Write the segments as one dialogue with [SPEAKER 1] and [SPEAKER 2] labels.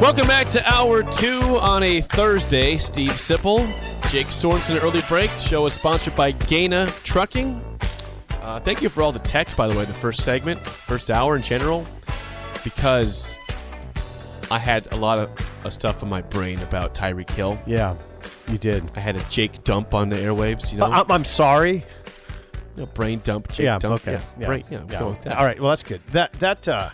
[SPEAKER 1] Welcome back to hour two on a Thursday. Steve Sipple, Jake Sorensen, early break. The show is sponsored by Gaina Trucking. Uh, thank you for all the text, by the way, the first segment, first hour in general, because I had a lot of uh, stuff in my brain about Tyreek Hill.
[SPEAKER 2] Yeah, you did.
[SPEAKER 1] I had a Jake dump on the airwaves, you know,
[SPEAKER 2] I- I'm, I'm sorry.
[SPEAKER 1] You know, brain dump, Jake
[SPEAKER 2] Uh, yeah.
[SPEAKER 1] dump.
[SPEAKER 2] Okay.
[SPEAKER 1] Yeah, brain- yeah, we'll go with that.
[SPEAKER 2] All right. Well, that's good. That that uh,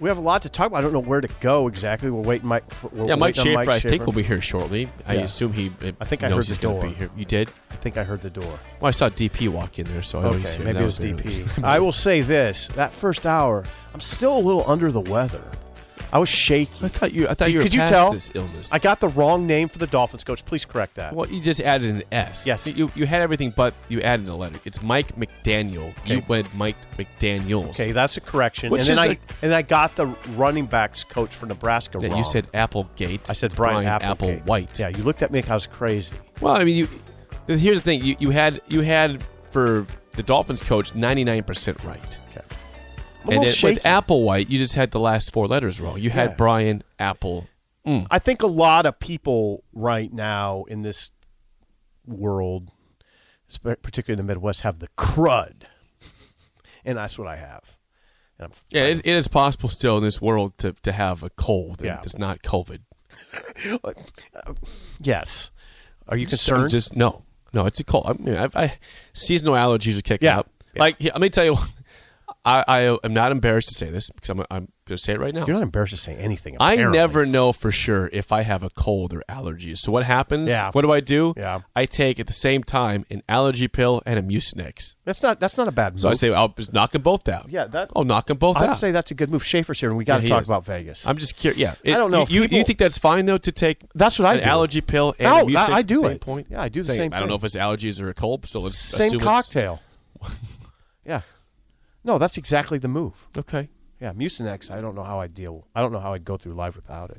[SPEAKER 2] we have a lot to talk about. I don't know where to go exactly. We're waiting, Mike. For, we're
[SPEAKER 1] Yeah, Mike
[SPEAKER 2] waiting on
[SPEAKER 1] Schaefer, I
[SPEAKER 2] Schaefer.
[SPEAKER 1] think, will be here shortly. I
[SPEAKER 2] Yeah.
[SPEAKER 1] assume he uh,
[SPEAKER 2] I think I heard
[SPEAKER 1] knows
[SPEAKER 2] the
[SPEAKER 1] he's going to
[SPEAKER 2] door.
[SPEAKER 1] be here. You did?
[SPEAKER 2] I think I heard the door.
[SPEAKER 1] Well, I saw DP walk in there, so I know he's
[SPEAKER 2] Okay,
[SPEAKER 1] here.
[SPEAKER 2] maybe
[SPEAKER 1] That
[SPEAKER 2] it was
[SPEAKER 1] early.
[SPEAKER 2] DP. I will say this: that first hour, I'm still a little under the weather. I was shaky.
[SPEAKER 1] I thought you. I thought you were
[SPEAKER 2] Could you
[SPEAKER 1] past
[SPEAKER 2] tell?
[SPEAKER 1] this illness.
[SPEAKER 2] I got the wrong name for the Dolphins coach. Please correct that.
[SPEAKER 1] Well, you just added an S.
[SPEAKER 2] Yes.
[SPEAKER 1] You you had everything, but you added a letter. It's Mike McDaniel. You
[SPEAKER 2] Okay.
[SPEAKER 1] went Mike McDaniels.
[SPEAKER 2] Okay, that's a correction.
[SPEAKER 1] Which
[SPEAKER 2] and then
[SPEAKER 1] is
[SPEAKER 2] I
[SPEAKER 1] like-
[SPEAKER 2] and I got the running backs coach for Nebraska
[SPEAKER 1] Yeah,
[SPEAKER 2] wrong.
[SPEAKER 1] you said Applegate.
[SPEAKER 2] I said Brian, Applegate.
[SPEAKER 1] White.
[SPEAKER 2] Yeah, you looked at me like I was crazy.
[SPEAKER 1] Well, I mean, you. Here's the thing. You you had you had for the Dolphins coach 99 percent right.
[SPEAKER 2] Okay. I'm a
[SPEAKER 1] And
[SPEAKER 2] little
[SPEAKER 1] then
[SPEAKER 2] shaky.
[SPEAKER 1] with Applewhite, you just had the last four letters wrong. You had
[SPEAKER 2] Yeah.
[SPEAKER 1] Brian Apple.
[SPEAKER 2] I think a lot of people right now in this world, sp- particularly in the Midwest, have the crud, and that's what I have. And I'm
[SPEAKER 1] Yeah, it, it is possible still in this world to, to have a cold.
[SPEAKER 2] Yeah.
[SPEAKER 1] And it's not COVID.
[SPEAKER 2] yes. Are you
[SPEAKER 1] So
[SPEAKER 2] concerned?
[SPEAKER 1] Just no, no. It's a cold. I, mean, I, I seasonal allergies are kicking
[SPEAKER 2] Yeah,
[SPEAKER 1] up.
[SPEAKER 2] yeah.
[SPEAKER 1] Like yeah, let me tell you, I, I am not embarrassed to say this because I'm I'm going to say it right now.
[SPEAKER 2] You're not embarrassed to say anything.
[SPEAKER 1] I
[SPEAKER 2] apparently.
[SPEAKER 1] never know for sure if I have a cold or allergies. So what happens?
[SPEAKER 2] Yeah.
[SPEAKER 1] What do I do?
[SPEAKER 2] Yeah.
[SPEAKER 1] I take at the same time an allergy pill and a Mucinex.
[SPEAKER 2] That's not. That's not a bad move.
[SPEAKER 1] So I say I'll just knock them both out.
[SPEAKER 2] Yeah, that-
[SPEAKER 1] I'll knock them both
[SPEAKER 2] I'd
[SPEAKER 1] out.
[SPEAKER 2] say that's a good move. Schaefer's here, and we got
[SPEAKER 1] Yeah,
[SPEAKER 2] to
[SPEAKER 1] he
[SPEAKER 2] talk
[SPEAKER 1] is.
[SPEAKER 2] about Vegas.
[SPEAKER 1] I'm just curious. Yeah, It-
[SPEAKER 2] I don't know if
[SPEAKER 1] You, you,
[SPEAKER 2] people-
[SPEAKER 1] you think that's fine though to take?
[SPEAKER 2] That's what I
[SPEAKER 1] an
[SPEAKER 2] do.
[SPEAKER 1] allergy pill and
[SPEAKER 2] No,
[SPEAKER 1] a Mucinex
[SPEAKER 2] I- I
[SPEAKER 1] at
[SPEAKER 2] do
[SPEAKER 1] the same
[SPEAKER 2] it.
[SPEAKER 1] point.
[SPEAKER 2] Yeah, I do the same
[SPEAKER 1] I don't know if
[SPEAKER 2] thing.
[SPEAKER 1] it's allergies or a cold. So let's
[SPEAKER 2] Same
[SPEAKER 1] assume it's-
[SPEAKER 2] cocktail. yeah. No, that's exactly the move.
[SPEAKER 1] Okay.
[SPEAKER 2] Yeah, Mucinex. I don't know how I'd deal. I don't know how I'd go through life without it.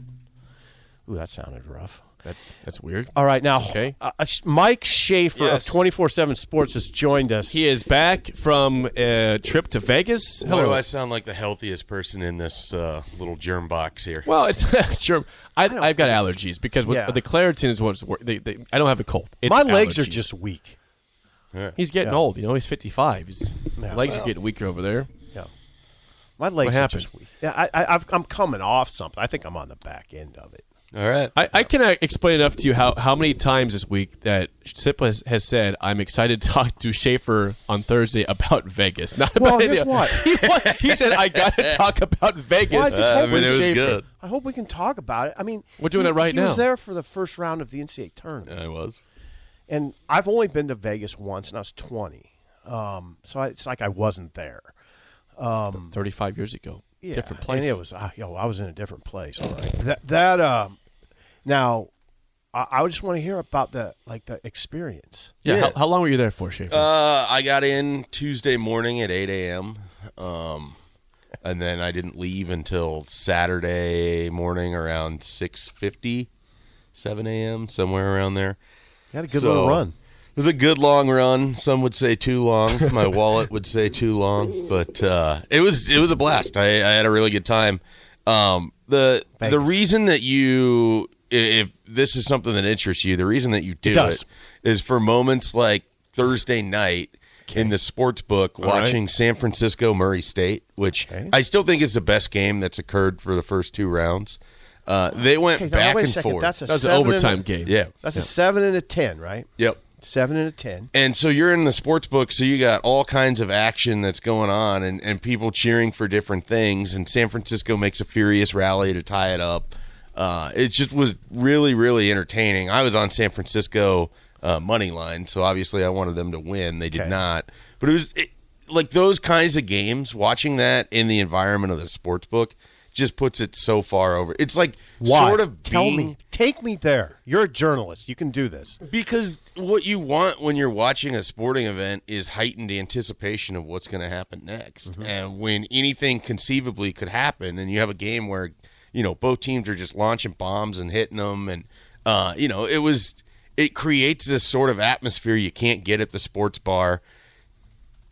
[SPEAKER 2] Ooh, that sounded rough.
[SPEAKER 1] That's that's weird.
[SPEAKER 2] All right, now
[SPEAKER 1] Okay.
[SPEAKER 2] uh, uh, Sh- Mike Schaefer
[SPEAKER 1] Yes.
[SPEAKER 2] of twenty four seven Sports has joined us.
[SPEAKER 1] He is back from a trip to Vegas.
[SPEAKER 3] Why
[SPEAKER 1] Hello.
[SPEAKER 3] do I sound like the healthiest person in this uh, little germ box here?
[SPEAKER 1] well, it's, it's germ. I, I've got allergies because what,
[SPEAKER 2] Yeah.
[SPEAKER 1] the Claritin is what's wor- they, they, I don't have a cold. It's
[SPEAKER 2] My legs are
[SPEAKER 1] allergies.
[SPEAKER 2] just weak.
[SPEAKER 1] He's getting old. You know, he's fifty five. His
[SPEAKER 2] Yeah.
[SPEAKER 1] legs are getting weaker over there.
[SPEAKER 2] Yeah, my legs are
[SPEAKER 1] happens?
[SPEAKER 2] just weak. Yeah, I, I, I've, I'm coming off something. I think I'm on the back end of it.
[SPEAKER 3] All right.
[SPEAKER 1] I, I cannot explain enough to you how, how many times this week that Sip has, has said, I'm excited to talk to Schaefer on Thursday about Vegas. Not
[SPEAKER 2] Well,
[SPEAKER 1] about
[SPEAKER 2] here's
[SPEAKER 1] any-
[SPEAKER 2] why.
[SPEAKER 1] He, wa- he said, I got to talk about Vegas.
[SPEAKER 2] Well, I just hope
[SPEAKER 3] Uh, I mean,
[SPEAKER 1] with
[SPEAKER 3] it was
[SPEAKER 1] Schaefer."
[SPEAKER 3] good.
[SPEAKER 2] I hope we can talk about it. I mean,
[SPEAKER 1] We're doing
[SPEAKER 2] he-
[SPEAKER 1] it right
[SPEAKER 2] He was
[SPEAKER 1] now.
[SPEAKER 2] there for the first round of the NCAA tournament.
[SPEAKER 3] I was.
[SPEAKER 2] and I've only been to Vegas once, and I was 20. Um, so I, it's like I wasn't there.
[SPEAKER 1] 35 years ago.
[SPEAKER 2] Yeah,
[SPEAKER 1] Different place.
[SPEAKER 2] And it was, uh, yo, I was in a different place. All right. That, that um, now, I, I just want to hear about the like the experience.
[SPEAKER 1] Yeah.
[SPEAKER 3] Yeah.
[SPEAKER 1] How, how long were you there for, Schaefer?
[SPEAKER 3] Uh, I got in Tuesday morning at 8 a.m. Um, and then I didn't leave until Saturday morning around 6.50, 7 a.m., somewhere around there.
[SPEAKER 2] You had a good
[SPEAKER 3] So,
[SPEAKER 2] little run.
[SPEAKER 3] It was a good long run. Some would say too long. My wallet would say too long, but uh, it was it was a blast. I, I had a really good time. Um, the the
[SPEAKER 2] Vegas.
[SPEAKER 3] reason that you i- if this is something that interests you, the reason that you do
[SPEAKER 2] does.
[SPEAKER 3] it is for moments like Thursday night in the sports book watching San Francisco Murray State, which I still think is the best game that's occurred for the first two rounds. Uh, they went
[SPEAKER 2] Okay, now,
[SPEAKER 3] back
[SPEAKER 2] wait a
[SPEAKER 3] and
[SPEAKER 2] second.
[SPEAKER 3] forth.
[SPEAKER 2] That's a
[SPEAKER 1] that was an
[SPEAKER 2] seven and a-
[SPEAKER 1] overtime game.
[SPEAKER 3] yeah.
[SPEAKER 2] That's a seven and a ten, right?
[SPEAKER 3] Yep.
[SPEAKER 2] Seven and a ten.
[SPEAKER 3] and so you're in the sports book so you got all kinds of action that's going on and, and people cheering for different things and san francisco makes a furious rally to tie it up uh, it just was really really entertaining i was on san francisco uh, money line. So obviously, I wanted them to win. They did
[SPEAKER 2] Okay.
[SPEAKER 3] not. But it was it, like those kinds of games. Watching that in the environment of the sports book just puts it so far over. It's like
[SPEAKER 2] Why?
[SPEAKER 3] sort of
[SPEAKER 2] Tell
[SPEAKER 3] being,
[SPEAKER 2] me. Take me there. You're a journalist. You can do this.
[SPEAKER 3] because what you want when you're watching a sporting event is heightened anticipation of what's going to happen next. And when anything conceivably could happen, and you have a game where, you know, both teams are just launching bombs and hitting them, and, uh, you know, it was, it creates this sort of atmosphere you can't get at the sports bar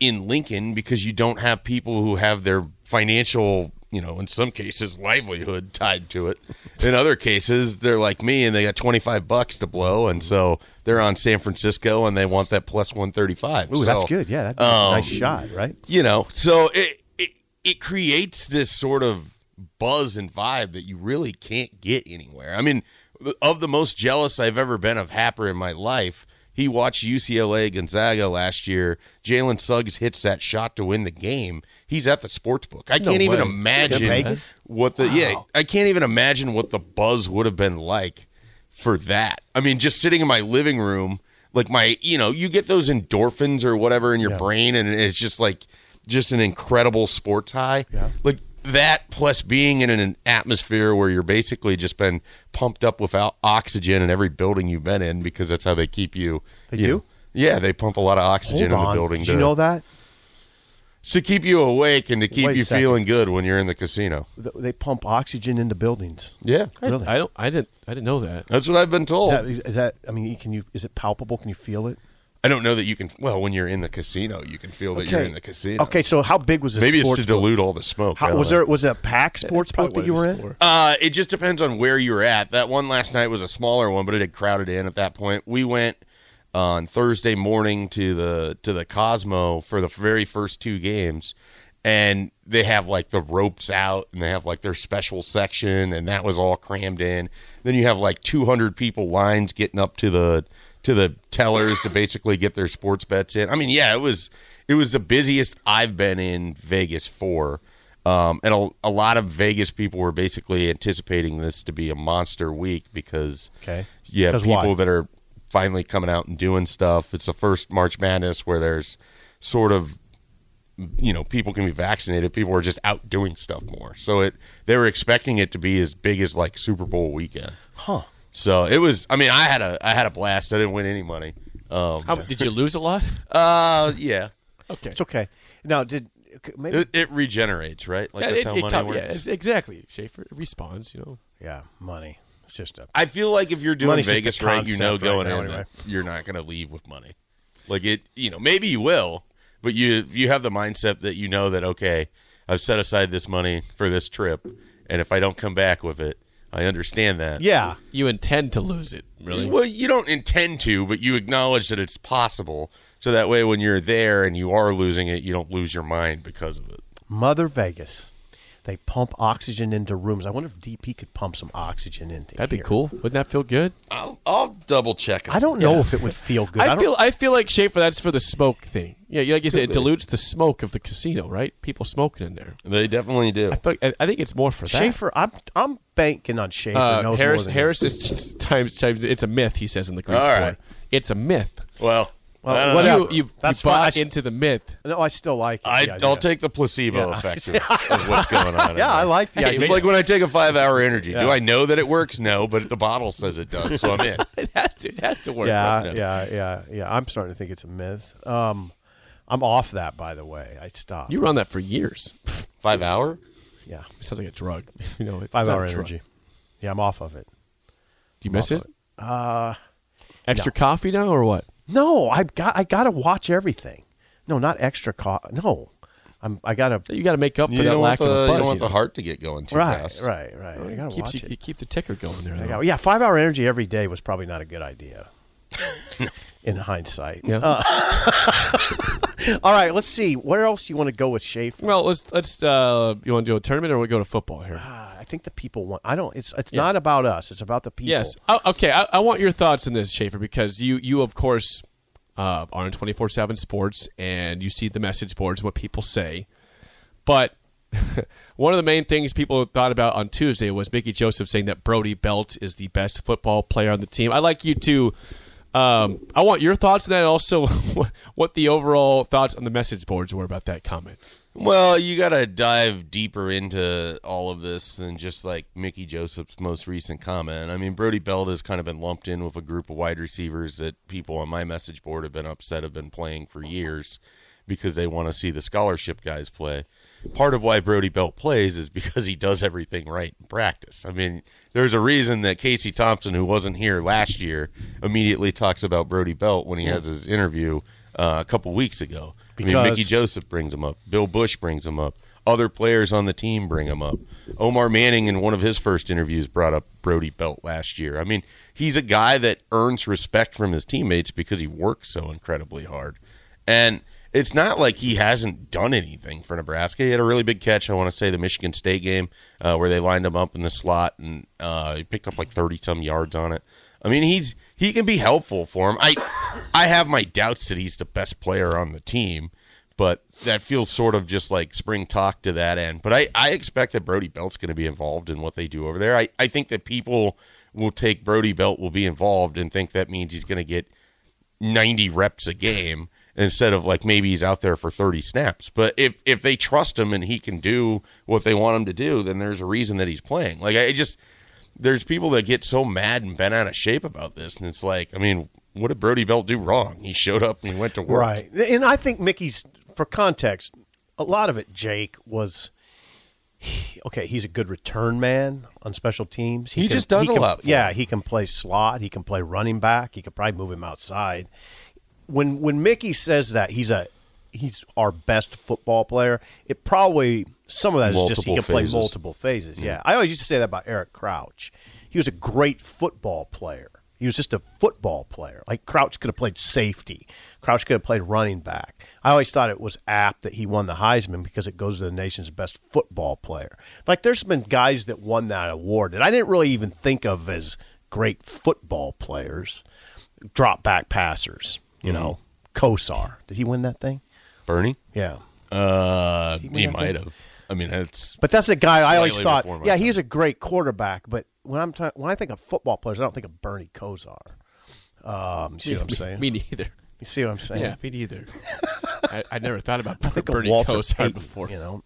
[SPEAKER 3] in Lincoln because you don't have people who have their financial, you know, in some cases livelihood tied to it. In other cases, they're like me and they got 25 bucks to blow and so they're on San Francisco and they want that plus 135.
[SPEAKER 2] Ooh, that's
[SPEAKER 3] So,
[SPEAKER 2] good. Yeah, that's
[SPEAKER 3] um,
[SPEAKER 2] a nice shot, right?
[SPEAKER 3] You know, so it, it it creates this sort of buzz and vibe that you really can't get anywhere. I mean, of the most jealous I've ever been of Happer in my life, he watched UCLA Gonzaga last year. Jalen Suggs hits that shot to win the game. He's at the sports book. I can't even
[SPEAKER 1] way.
[SPEAKER 3] imagine
[SPEAKER 2] Vegas?
[SPEAKER 3] what the yeah. I can't even imagine what the buzz would have been like for that. I mean, just sitting in my living room, like my you know, you get those endorphins or whatever in your brain, and it's just like just an incredible sports high. Yeah. Like that plus being in an atmosphere where you're basically just been pumped up without oxygen in every building you've been in because that's how they keep you.
[SPEAKER 2] They
[SPEAKER 3] you
[SPEAKER 2] do?
[SPEAKER 3] know- yeah, they pump a lot of oxygen
[SPEAKER 2] Hold
[SPEAKER 3] in the
[SPEAKER 2] on.
[SPEAKER 3] building.
[SPEAKER 2] Did
[SPEAKER 3] to,
[SPEAKER 2] you know that
[SPEAKER 3] to keep you awake and to keep
[SPEAKER 2] Wait a
[SPEAKER 3] you
[SPEAKER 2] second.
[SPEAKER 3] feeling good when you're in the casino.
[SPEAKER 2] Th- they pump oxygen into buildings?
[SPEAKER 3] Yeah,
[SPEAKER 2] Really?
[SPEAKER 1] I don't. I didn't. I didn't know that.
[SPEAKER 3] that's what I've been told.
[SPEAKER 2] Is that, is that? I mean, can you? Is it palpable? Can you feel it?
[SPEAKER 3] I don't know that you can. Well, when you're in the casino, you can feel that you're in the casino.
[SPEAKER 2] Okay, so how big was this?
[SPEAKER 3] Maybe it's
[SPEAKER 2] sports
[SPEAKER 3] to dilute all the smoke.
[SPEAKER 2] How,
[SPEAKER 3] I don't
[SPEAKER 2] was
[SPEAKER 3] know.
[SPEAKER 2] there was it a pack sports book that you were in?
[SPEAKER 3] Uh, it just depends on where you're at. That one last night was a smaller one, but it had crowded in at that point. We went on Thursday morning to the to the Cosmo for the very first two games, and they have like the ropes out, and they have like their special section, and that was all crammed in. Then you have like 200 people lines getting up to the to the tellers to basically get their sports bets in. I mean, yeah, it was it was the busiest I've been in Vegas for. Um, and a, a lot of Vegas people were basically anticipating this to be a monster week because
[SPEAKER 2] Okay.
[SPEAKER 3] you have
[SPEAKER 2] 'Cause
[SPEAKER 3] people
[SPEAKER 2] why?
[SPEAKER 3] that are finally coming out and doing stuff. It's the first March Madness where there's sort of you know people can be vaccinated. People are just out doing stuff more. So it they were expecting it to be as big as like Super Bowl weekend.
[SPEAKER 2] Huh.
[SPEAKER 3] So it was. I mean, I had a I had a blast. I didn't win any money. Um,
[SPEAKER 1] How, did you lose a lot?
[SPEAKER 3] uh, yeah.
[SPEAKER 1] Okay.
[SPEAKER 2] It's okay. Now, did okay, maybe?
[SPEAKER 3] It, it regenerates, right? Like
[SPEAKER 1] Yeah,
[SPEAKER 3] that's
[SPEAKER 1] it-
[SPEAKER 3] how
[SPEAKER 1] it
[SPEAKER 3] money
[SPEAKER 1] top-
[SPEAKER 3] works.
[SPEAKER 1] yeah, it's- exactly. Schaefer it responds. You know.
[SPEAKER 2] yeah, money. It's just a
[SPEAKER 3] I feel like if you're doing
[SPEAKER 2] Money's just a
[SPEAKER 3] Vegas right, you know
[SPEAKER 2] concept right
[SPEAKER 3] going
[SPEAKER 2] now,
[SPEAKER 3] in
[SPEAKER 2] anyway.
[SPEAKER 3] that you're not going to leave with money. Like it, you know, maybe you will, but you you have the mindset that you know that okay, I've set aside this money for this trip, and if I don't come back with it, I understand that.
[SPEAKER 2] yeah.
[SPEAKER 1] You intend to lose it. Really.
[SPEAKER 3] Well, you don't intend to, but you acknowledge that it's possible. So that way, when you're there and you are losing it, you don't lose your mind because of it.
[SPEAKER 2] Mother Vegas, they pump oxygen into rooms. I wonder if DP could pump some oxygen into.
[SPEAKER 1] That'd be
[SPEAKER 2] here.
[SPEAKER 1] cool. Wouldn't that feel good?
[SPEAKER 3] I'll, I'll double check.
[SPEAKER 2] I don't know if it would feel good. I,
[SPEAKER 1] I
[SPEAKER 2] don't,
[SPEAKER 1] feel. I feel like Schaefer. That's for the smoke thing. Yeah. Like you said, it dilutes the smoke of the casino, right? People smoking in there.
[SPEAKER 3] They definitely do.
[SPEAKER 1] I feel. Like, I, I think it's more for that.
[SPEAKER 2] Schaefer. I'm I'm banking on Schaefer.
[SPEAKER 1] Uh,
[SPEAKER 2] knows
[SPEAKER 1] Harris.
[SPEAKER 2] more than
[SPEAKER 1] Harris is times times. It's a myth. He says in the Greek
[SPEAKER 3] All
[SPEAKER 1] sport.
[SPEAKER 3] right.
[SPEAKER 1] It's a myth.
[SPEAKER 3] Well,
[SPEAKER 2] Well,
[SPEAKER 3] I don't
[SPEAKER 2] what else?
[SPEAKER 3] know.
[SPEAKER 1] You,
[SPEAKER 2] Whatever.
[SPEAKER 1] you, you
[SPEAKER 2] That's fine. I
[SPEAKER 1] bought
[SPEAKER 2] s-
[SPEAKER 1] into the myth.
[SPEAKER 2] No, I still like. It,
[SPEAKER 3] I,
[SPEAKER 2] the
[SPEAKER 3] I'll
[SPEAKER 2] idea.
[SPEAKER 3] take the placebo effect of, of what's going on. in
[SPEAKER 2] Yeah, I
[SPEAKER 3] there.
[SPEAKER 2] like the
[SPEAKER 3] It's
[SPEAKER 2] idea.
[SPEAKER 3] like when I take a five-hour energy. Do
[SPEAKER 2] Yeah.
[SPEAKER 3] I know that it works? No, but the bottle says it does, so I'm in.
[SPEAKER 1] It has to. It has to work.
[SPEAKER 2] yeah,
[SPEAKER 3] right now.
[SPEAKER 2] yeah, yeah, yeah. I'm starting to think it's a myth. Um, I'm off that, by the way. I stopped.
[SPEAKER 1] You were on that for years.
[SPEAKER 3] Five hour?
[SPEAKER 2] yeah,
[SPEAKER 1] It sounds like a drug. You know, it's
[SPEAKER 2] five
[SPEAKER 1] not
[SPEAKER 2] hour
[SPEAKER 1] a drug.
[SPEAKER 2] energy. Yeah, I'm off of it.
[SPEAKER 1] Do you miss it?
[SPEAKER 2] Muffin.
[SPEAKER 1] Uh, Extra coffee now or what?
[SPEAKER 2] No, I got I got to watch everything. No, not extra cost. No, I'm I got to
[SPEAKER 1] You got to make up for
[SPEAKER 3] You
[SPEAKER 1] that
[SPEAKER 3] don't,
[SPEAKER 1] lack
[SPEAKER 3] want the,
[SPEAKER 1] of a
[SPEAKER 3] you
[SPEAKER 1] buzz.
[SPEAKER 3] don't want
[SPEAKER 1] you
[SPEAKER 3] the
[SPEAKER 1] know?
[SPEAKER 3] heart to get going too
[SPEAKER 2] right,
[SPEAKER 3] fast.
[SPEAKER 2] right, right. I got to
[SPEAKER 1] Keeps
[SPEAKER 2] watch
[SPEAKER 1] you, you
[SPEAKER 2] it.
[SPEAKER 1] keep the ticker going there.
[SPEAKER 2] I
[SPEAKER 1] though.
[SPEAKER 2] gotta- yeah, five hour energy every day was probably not a good idea. In hindsight, Uh,
[SPEAKER 1] Yeah.
[SPEAKER 2] All right, let's see. Where else do you want to go with Schaefer?
[SPEAKER 1] well, let's let's. Uh, you want to do a tournament or we go to football here?
[SPEAKER 2] Ah, I think the people want. I don't. It's it's not about us. It's about the people.
[SPEAKER 1] Yes. Oh, okay. I, I want your thoughts on this, Schaefer, because you, you of course, uh, are in 24 7 sports and you see the message boards, what people say. But one of the main things people thought about on Tuesday was Mickey Joseph saying that Brody Belt is the best football player on the team. I'd like you to Um, I want your thoughts on that, and also what the overall thoughts on the message boards were about that comment.
[SPEAKER 3] Well, you got to dive deeper into all of this than just like Mickey Joseph's most recent comment. I mean, Brody Belt has kind of been lumped in with a group of wide receivers that people on my message board have been upset have been playing for years because they want to see the scholarship guys play. Part of why Brody Belt plays is because he does everything right in practice. I mean, there's a reason that Casey Thompson, who wasn't here last year, immediately talks about Brody Belt when he has his interview uh, a couple weeks ago. I mean,
[SPEAKER 2] Because-
[SPEAKER 3] Mickey Joseph brings him up. Bill Bush brings him up. Other players on the team bring him up. Omar Manning, in one of his first interviews, brought up Brody Belt last year. I mean, he's a guy that earns respect from his teammates because he works so incredibly hard. And it's not like he hasn't done anything for Nebraska. He had a really big catch, I want to say, the Michigan State game, uh, where they lined him up in the slot and uh, he picked up like 30 some yards on it. I mean, he's he can be helpful for him. I I have my doubts that he's the best player on the team but that feels sort of just like spring talk to that end. But I, I expect that Brody Belt's going to be involved in what they do over there. I, I think that people will take Brody Belt will be involved and think that means he's going to get 90 reps a game instead of like maybe he's out there for 30 snaps. But if if they trust him and he can do what they want him to do, then there's a reason that he's playing. Like I just there's people that get so mad and bent out of shape about this and it's like, I mean, what did Brody Belt do wrong? He showed up and he went to work.
[SPEAKER 2] Right. And I think Mickey's, for context, a lot of it, Jake, was okay, he's a good return man on special teams.
[SPEAKER 3] He just does a
[SPEAKER 2] can-
[SPEAKER 3] lot for
[SPEAKER 2] Yeah, he can play slot. He can play running back. He could probably move him outside. When when Mickey says that he's a he's our best football player, it probably some of that is just he
[SPEAKER 3] Multiple
[SPEAKER 2] can
[SPEAKER 3] phases. Mm-hmm.
[SPEAKER 2] play multiple phases. Yeah, I always used to say that about Eric Crouch. He was a great football player. He was just a football player. Like Crouch could have played safety. Crouch could have played running back. I always thought it was apt that he won the Heisman because it goes to the nation's best football player. Like there's been guys that won that award that I didn't really even think of as great football players. Drop back passers, you
[SPEAKER 1] Mm-hmm.
[SPEAKER 2] know. Kosar. Did he win that thing?
[SPEAKER 3] Bernie?
[SPEAKER 2] Yeah.
[SPEAKER 3] Uh,
[SPEAKER 2] win
[SPEAKER 3] he
[SPEAKER 2] that
[SPEAKER 3] might
[SPEAKER 2] game?
[SPEAKER 3] have. I mean, that's
[SPEAKER 2] But that's a guy I always
[SPEAKER 3] Slightly
[SPEAKER 2] thought.
[SPEAKER 3] before my
[SPEAKER 2] Yeah,
[SPEAKER 3] time.
[SPEAKER 2] he's a great quarterback. But when I'm ta- when I think of football players, I don't think of Bernie Kosar. Um, you see what I'm saying?
[SPEAKER 1] Me neither.
[SPEAKER 2] You see what I'm saying?
[SPEAKER 1] Yeah, me neither. I, I never thought about
[SPEAKER 2] I think of
[SPEAKER 1] Bernie
[SPEAKER 2] Walter
[SPEAKER 1] Kosar
[SPEAKER 2] Payton,
[SPEAKER 1] before.
[SPEAKER 2] You know.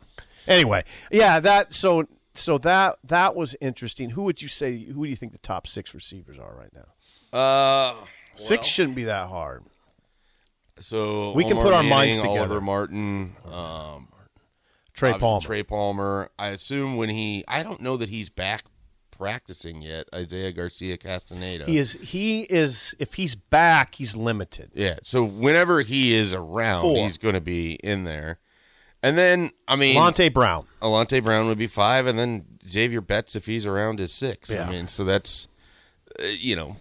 [SPEAKER 2] Anyway, yeah. That so so that that was interesting. Who would you say? Who do you think the top six receivers are right now?
[SPEAKER 3] uh,
[SPEAKER 2] six shouldn't be that hard.
[SPEAKER 3] so
[SPEAKER 2] We can
[SPEAKER 3] Omar
[SPEAKER 2] put our
[SPEAKER 3] Manning,
[SPEAKER 2] minds together.
[SPEAKER 3] Oliver Martin, um,
[SPEAKER 2] Trey
[SPEAKER 3] obvi-
[SPEAKER 2] Palmer.
[SPEAKER 3] Trey Palmer. I assume when he, I don't know that he's back practicing yet. Isaiah Garcia Castaneda.
[SPEAKER 2] He is. He is. If he's back, he's limited.
[SPEAKER 3] Yeah. So whenever he is around,
[SPEAKER 2] Four.
[SPEAKER 3] he's going to be in there. And then, I mean,
[SPEAKER 2] Monte Brown.
[SPEAKER 3] Alante Brown would be five, and then Xavier Betts, if he's around, is six.
[SPEAKER 2] Yeah.
[SPEAKER 3] I mean, so that's, uh, you know,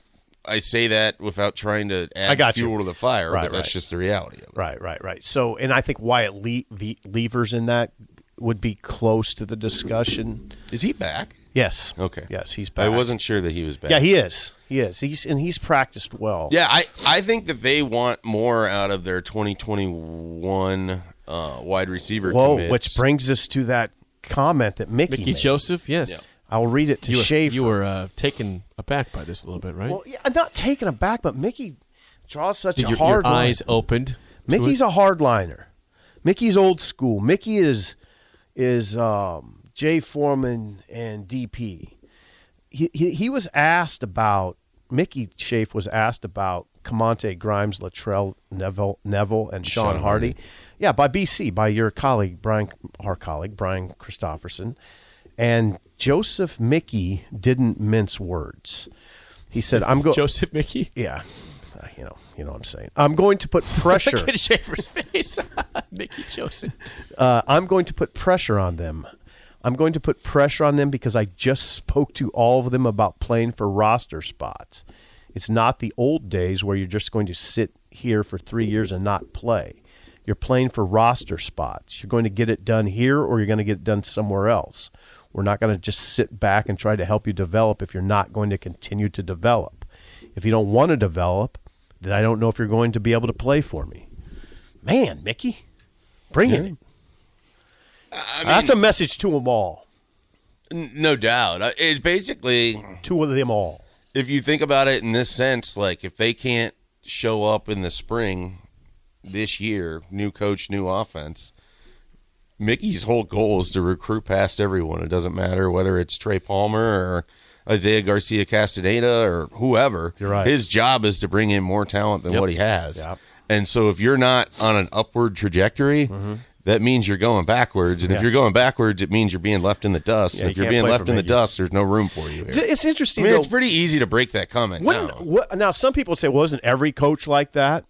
[SPEAKER 3] I say that without trying to add
[SPEAKER 2] I got you.
[SPEAKER 3] fuel to the fire,
[SPEAKER 2] Right,
[SPEAKER 3] but that's
[SPEAKER 2] right.
[SPEAKER 3] just the reality of it.
[SPEAKER 2] Right, right, right. So, and I think Wyatt Le- v- Levers in that would be close to the discussion.
[SPEAKER 3] Is he back?
[SPEAKER 2] Yes.
[SPEAKER 3] Okay.
[SPEAKER 2] Yes, he's
[SPEAKER 3] I
[SPEAKER 2] back.
[SPEAKER 3] wasn't sure that he was back.
[SPEAKER 2] Yeah, he is. He is. He's and he's practiced well.
[SPEAKER 3] Yeah, I, I think that they want more out of their 2021 uh, wide receiver.
[SPEAKER 2] Whoa,
[SPEAKER 3] commits.
[SPEAKER 2] which brings us to that comment that Mickey,
[SPEAKER 1] Mickey
[SPEAKER 2] made.
[SPEAKER 1] Joseph, yes.
[SPEAKER 2] I'll read it to
[SPEAKER 1] You were,
[SPEAKER 2] Schaefer.
[SPEAKER 1] you were uh, taken aback by this a little bit, right?
[SPEAKER 2] well, yeah, I'm not taken aback, but Mickey draws such
[SPEAKER 1] your,
[SPEAKER 2] a
[SPEAKER 1] your
[SPEAKER 2] hard line.
[SPEAKER 1] eyes opened. to
[SPEAKER 2] Mickey's
[SPEAKER 1] it.
[SPEAKER 2] a hardliner. Mickey's old school. Mickey is is um, Jay Foreman and DP. He, he he was asked about Mickey Schaaf was asked about Camonte Grimes, Latrell Neville, Neville and Sean,
[SPEAKER 3] Sean
[SPEAKER 2] Hardy. Yeah, by BC, by your colleague Brian, our colleague Brian Christopherson, and Joseph Mickey didn't mince words. He said, "I'm going."
[SPEAKER 1] Joseph Mickey.
[SPEAKER 2] yeah, Uh, you know, you know what I'm saying. I'm going to put pressure.
[SPEAKER 1] Look at Schaefer's face. Mickey Joseph.
[SPEAKER 2] uh, I'm going to put pressure on them. I'm going to put pressure on them because I just spoke to all of them about playing for roster spots. It's not the old days where you're just going to sit here for three years and not play. You're playing for roster spots. You're going to get it done here or you're going to get it done somewhere else. We're not going to just sit back and try to help you develop if you're not going to continue to develop. If you don't want to develop, then I don't know if you're going to be able to play for me. Man, Mickey, bring it. That's a message to them all.
[SPEAKER 3] N- No doubt. Uh, It's basically
[SPEAKER 2] To them all.
[SPEAKER 3] if you think about it in this sense, like if they can't show up in the spring this year, new coach, new offense, Mickey's whole goal is to recruit past everyone. It doesn't matter whether it's Trey Palmer or Isaiah Garcia Castaneda or whoever.
[SPEAKER 2] You're right.
[SPEAKER 3] His job is to bring in more talent than what he has.
[SPEAKER 2] Yep.
[SPEAKER 3] And so if you're not on an upward trajectory, that means you're going backwards.
[SPEAKER 2] Mm-hmm.
[SPEAKER 3] And
[SPEAKER 2] Yeah.
[SPEAKER 3] if you're going backwards, it means you're being left in the dust.
[SPEAKER 2] Yeah,
[SPEAKER 3] and
[SPEAKER 2] you
[SPEAKER 3] if you're
[SPEAKER 2] can't
[SPEAKER 3] being
[SPEAKER 2] play
[SPEAKER 3] left
[SPEAKER 2] for
[SPEAKER 3] in the
[SPEAKER 2] Mickey.
[SPEAKER 3] dust, there's no room for you.
[SPEAKER 2] It's,
[SPEAKER 3] Here.
[SPEAKER 2] it's
[SPEAKER 3] I
[SPEAKER 2] interesting
[SPEAKER 3] mean,
[SPEAKER 2] though.
[SPEAKER 3] it's pretty easy to break that comment.
[SPEAKER 2] Wouldn't-
[SPEAKER 3] down.
[SPEAKER 2] what- now some people would say, "Well, isn't every coach like that?"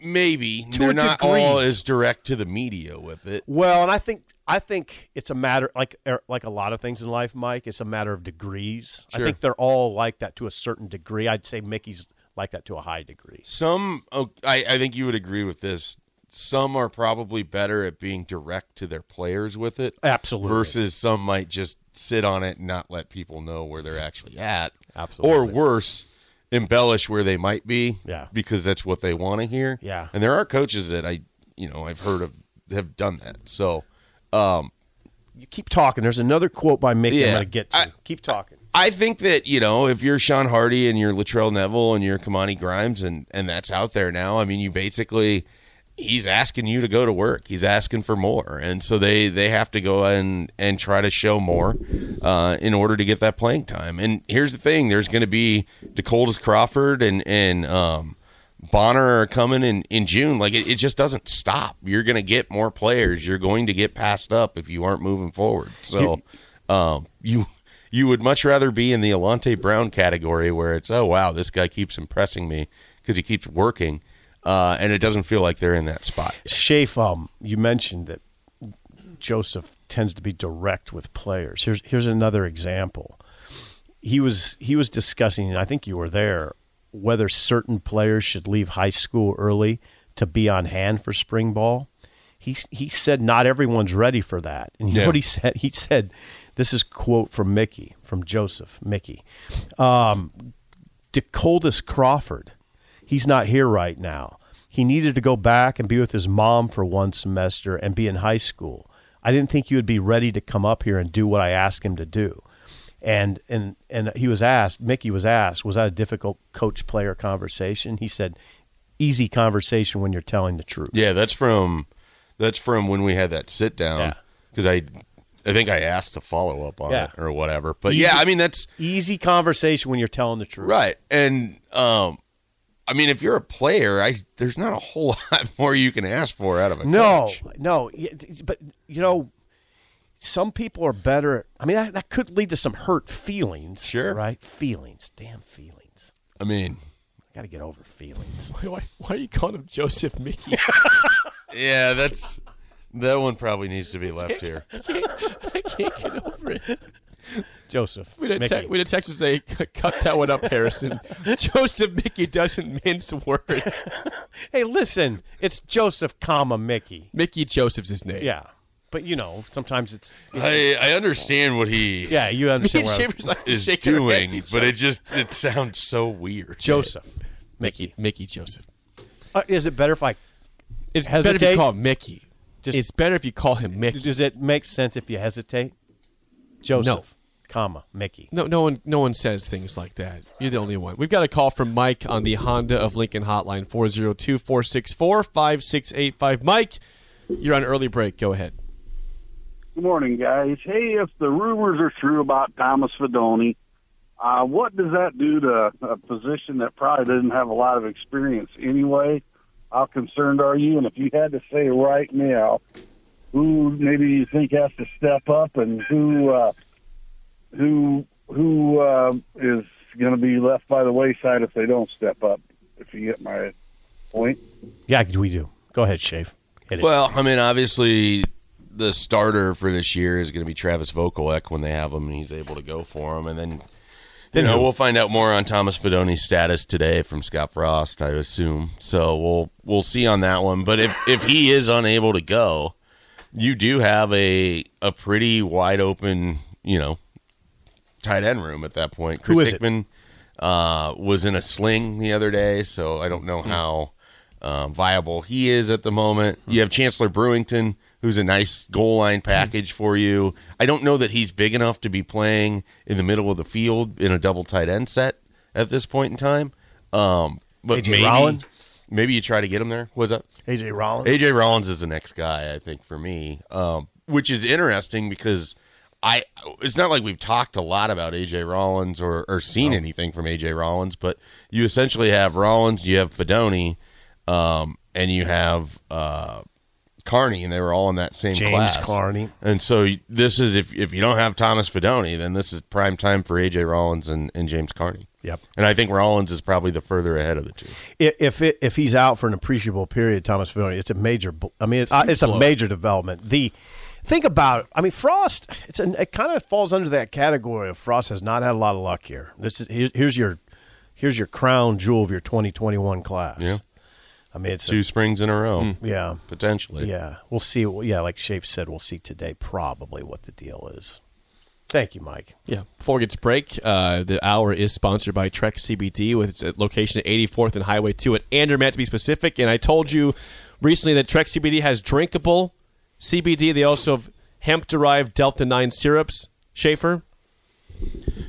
[SPEAKER 3] Maybe
[SPEAKER 2] To
[SPEAKER 3] they're
[SPEAKER 2] a
[SPEAKER 3] not
[SPEAKER 2] degree.
[SPEAKER 3] all as direct to the media with it.
[SPEAKER 2] Well, and I think I think it's a matter like er, like a lot of things in life, Mike. It's a matter of degrees. I
[SPEAKER 3] Sure.
[SPEAKER 2] think they're all like that to a certain degree. I'd say Mickey's like that to a high degree.
[SPEAKER 3] Some, oh, I, I think you would agree with this. Some are probably better at being direct to their players with it.
[SPEAKER 2] Absolutely.
[SPEAKER 3] Versus some might just sit on it and not let people know where they're actually at.
[SPEAKER 2] Absolutely.
[SPEAKER 3] Or worse, embellish where they might be.
[SPEAKER 2] Yeah.
[SPEAKER 3] Because that's what they want to hear.
[SPEAKER 2] Yeah.
[SPEAKER 3] And there are coaches that I, you know, I've heard of have done that. So, um,
[SPEAKER 2] You keep talking. There's another quote by Mickey I'm
[SPEAKER 3] Yeah.
[SPEAKER 2] going to get to.
[SPEAKER 3] I-
[SPEAKER 2] keep talking.
[SPEAKER 3] I think that you know if you're Sean Hardy and you're Latrell Neville and you're Kamani Grimes and and that's out there now. I mean, you basically he's asking you to go to work. He's asking for more, and so they they have to go and and try to show more uh, in order to get that playing time. And here's the thing: there's going to be DeColdis Crawford and and um, Bonner are coming in in June. Like it, it just doesn't stop. You're going to get more players. You're going to get passed up if you aren't moving forward. So um, you you would much rather be in the Alante Brown category where it's oh wow this guy keeps impressing me because he keeps working, uh, and it doesn't feel like they're in that spot.
[SPEAKER 2] Shafe, um, you mentioned that Joseph tends to be direct with players. Here's here's another example. He was he was discussing, and I think you were there, whether certain players should leave high school early to be on hand for spring ball. He s- he said not everyone's ready for that. And you know
[SPEAKER 3] Yeah.
[SPEAKER 2] what he said? He said, "This is quote from Mickey from Joseph Mickey." DeColdis Crawford. He's not here right now. He needed to go back and be with his mom for one semester and be in high school. I didn't think he would be ready to come up here and do what I asked him to do. And and and he was asked, Mickey was asked, was that a difficult coach player conversation? He said, easy conversation when you're telling the truth.
[SPEAKER 3] Yeah, that's from that's from when we had that sit
[SPEAKER 2] Yeah.
[SPEAKER 3] down because I I think I asked to follow up on
[SPEAKER 2] Yeah.
[SPEAKER 3] it or whatever. But
[SPEAKER 2] Easy-
[SPEAKER 3] yeah, I mean that's
[SPEAKER 2] Easy conversation when you're telling the truth.
[SPEAKER 3] Right. And um I mean if you're a player, I there's not a whole lot more you can ask for out of a
[SPEAKER 2] No,
[SPEAKER 3] coach.
[SPEAKER 2] no, y- t- but you know, some people are better. at- I mean, that, that could lead to some hurt feelings.
[SPEAKER 3] Sure.
[SPEAKER 2] right? Feelings, damn feelings.
[SPEAKER 3] I mean,
[SPEAKER 2] I got to get over feelings.
[SPEAKER 1] Why, why are you calling him Joseph Mickey?
[SPEAKER 3] yeah, that's that one probably needs to be left here.
[SPEAKER 1] I can't get over it.
[SPEAKER 2] Joseph,
[SPEAKER 1] We did,
[SPEAKER 2] Mickey.
[SPEAKER 1] te- we did text and say, "C- cut that one up, Harrison. Joseph Mickey doesn't mince words.
[SPEAKER 2] hey, listen, it's Joseph, comma Mickey.
[SPEAKER 1] Mickey Joseph's his name.
[SPEAKER 2] Yeah, but you know, sometimes it's
[SPEAKER 3] I I understand what he
[SPEAKER 2] yeah. You
[SPEAKER 1] Me
[SPEAKER 2] understand
[SPEAKER 1] and
[SPEAKER 2] where I was-
[SPEAKER 1] Shivers like to
[SPEAKER 3] is
[SPEAKER 1] shake
[SPEAKER 3] doing, but it just it sounds so weird.
[SPEAKER 2] Joseph.
[SPEAKER 1] Mickey, Mickey Joseph.
[SPEAKER 2] Uh, is it better if I?
[SPEAKER 1] It's better if
[SPEAKER 2] Hesitate?
[SPEAKER 1] you call him Mickey.
[SPEAKER 2] Just-
[SPEAKER 1] it's better if you call him Mickey.
[SPEAKER 2] Does it make sense if you hesitate? Joseph, comma Mickey.
[SPEAKER 1] No, no one, no one says things like that. You're the only one. We've got a call from Mike on the Honda of Lincoln hotline 402-464-5685. Mike, you're on early break. Go ahead.
[SPEAKER 4] Good morning, guys. Hey, if the rumors are true about Thomas Fedoni, uh, what does that do to a position that probably doesn't have a lot of experience anyway? How concerned are you? And if you had to say right now, who maybe you think has to step up, and who uh, who who uh, is going to be left by the wayside if they don't step up? If you get my point.
[SPEAKER 2] Yeah, we do. Go ahead, Shave. Hit it.
[SPEAKER 3] Well, I mean, obviously, the starter for this year is going to be Travis Vokalek when they have him, and he's able to go for him. And then, you know, we'll find out more on Thomas Fedoni's status today from Scott Frost, I assume. So we'll we'll see on that one. But if if he is unable to go, you do have a a pretty wide open, you know, tight end room at that point. Chris
[SPEAKER 2] Who is it?
[SPEAKER 3] Hickman uh, was in a sling the other day, so I don't know how um, viable he is at the moment. You have Chancellor Brewington, who's a nice goal line package for you. I don't know that he's big enough to be playing in the middle of the field in a double tight end set at this point in time. Um, but
[SPEAKER 2] AJ
[SPEAKER 3] maybe,
[SPEAKER 2] Rollins?
[SPEAKER 3] maybe you try to get him there. What's up?
[SPEAKER 2] AJ Rollins.
[SPEAKER 3] AJ Rollins is the next guy, I think, for me, um, which is interesting because I it's not like we've talked a lot about AJ Rollins or, or seen anything from AJ Rollins, but you essentially have Rollins, you have Fedoni, um, and you have uh, Carney, and they were all in that same
[SPEAKER 2] James
[SPEAKER 3] class.
[SPEAKER 2] Carney.
[SPEAKER 3] And so y- this is if if you don't have Thomas Fedoni, then this is prime time for AJ Rollins and, and James Carney.
[SPEAKER 2] Yep.
[SPEAKER 3] And I think Rollins is probably the further ahead of the two.
[SPEAKER 2] I- if it, if he's out for an appreciable period, Thomas Fedoni, it's a major. bl- I mean, it, uh, it's a major development. The think about. it. I mean, Frost. It's an, it kind of falls under that category of Frost has not had a lot of luck here. This is here, here's your here's your crown jewel of your 2021 class.
[SPEAKER 3] Yeah.
[SPEAKER 2] I mean, it's a-
[SPEAKER 3] Two springs in a row,
[SPEAKER 2] yeah,
[SPEAKER 3] potentially.
[SPEAKER 2] yeah. We'll see. Yeah, like Shafe said, we'll see today probably what the deal is. Thank you, Mike.
[SPEAKER 1] Yeah. Before we get to break, uh, the hour is sponsored by Trek CBD with its uh, location at 84th and Highway 2 at Andermatt to be specific. And I told you recently that Trek CBD has drinkable CBD. They also have hemp derived Delta 9 syrups. Schaefer,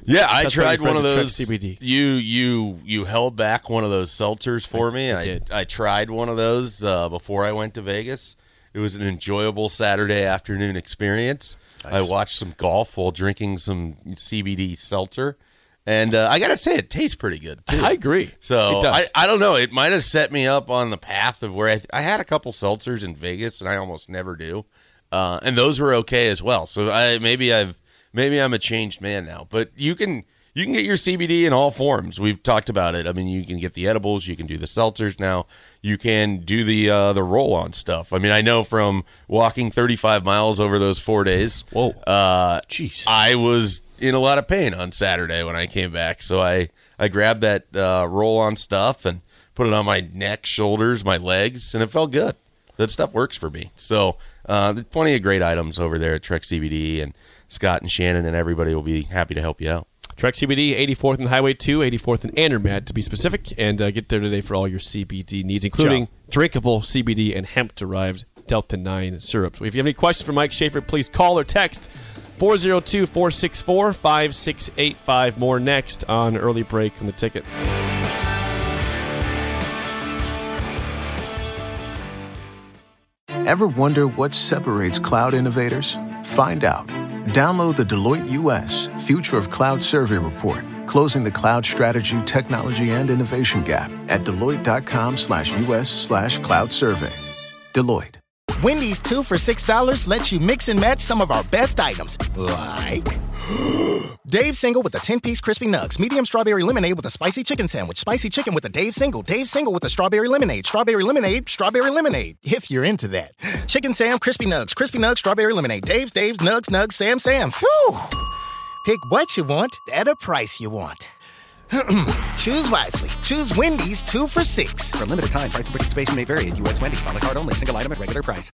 [SPEAKER 3] Yeah, I
[SPEAKER 1] That's why your
[SPEAKER 3] tried one of
[SPEAKER 1] friends at Trek
[SPEAKER 3] those.
[SPEAKER 1] CBD.
[SPEAKER 3] You you you held back one of those seltzers for me. I
[SPEAKER 1] did.
[SPEAKER 3] I tried one of those uh, before I went to Vegas. It was an enjoyable Saturday afternoon experience. I watched some golf while drinking some CBD seltzer, and uh, I gotta say, it tastes pretty good. Too.
[SPEAKER 1] I agree.
[SPEAKER 3] So
[SPEAKER 1] It does.
[SPEAKER 3] I, I don't know. It might have set me up on the path of where I, th- I had a couple seltzers in Vegas, and I almost never do, uh, and those were okay as well. So I maybe I've maybe I'm a changed man now. But you can you can get your CBD in all forms. We've talked about it. I mean, you can get the edibles, you can do the seltzers now, you can do the uh, the roll on stuff. I mean, I know from walking 35 miles over those four days.
[SPEAKER 1] Whoa.
[SPEAKER 3] Uh,
[SPEAKER 2] Jeez.
[SPEAKER 3] I was in a lot of pain on Saturday when I came back, so I I grabbed that uh, roll on stuff and put it on my neck, shoulders, my legs, and it felt good. That stuff works for me. So uh, there's plenty of great items over there at Trek CBD, and Scott and Shannon and everybody will be happy to help you out.
[SPEAKER 1] Trek CBD, 84th and Highway 2, 84th and Andermatt to be specific. And uh, get there today for all your CBD needs, including drinkable CBD and hemp derived Delta 9 syrups. If you have any questions for Mike Schaefer, please call or text 402 464 5685. More next on Early Break on the Ticket.
[SPEAKER 5] Ever wonder what separates cloud innovators? Find out. Download the Deloitte US Future of Cloud Survey Report, closing the cloud strategy, technology, and innovation gap at deloitte.com slash US slash cloud survey. Deloitte.
[SPEAKER 6] Wendy's two for $6 lets you mix and match some of our best items, like Dave Single with a 10 piece crispy nugs, medium strawberry lemonade with a spicy chicken sandwich, spicy chicken with a Dave Single, Dave Single with a strawberry lemonade, strawberry lemonade, strawberry lemonade, if you're into that. Chicken Sam, crispy nugs, crispy nugs, strawberry lemonade, Dave's, Dave's, nugs, nugs, Sam, Sam. Whew! Pick what you want at a price you want. Choose wisely. Choose Wendy's two for six.
[SPEAKER 7] For a limited time, price and participation may vary at U.S. Wendy's. On the card only, single item at regular price.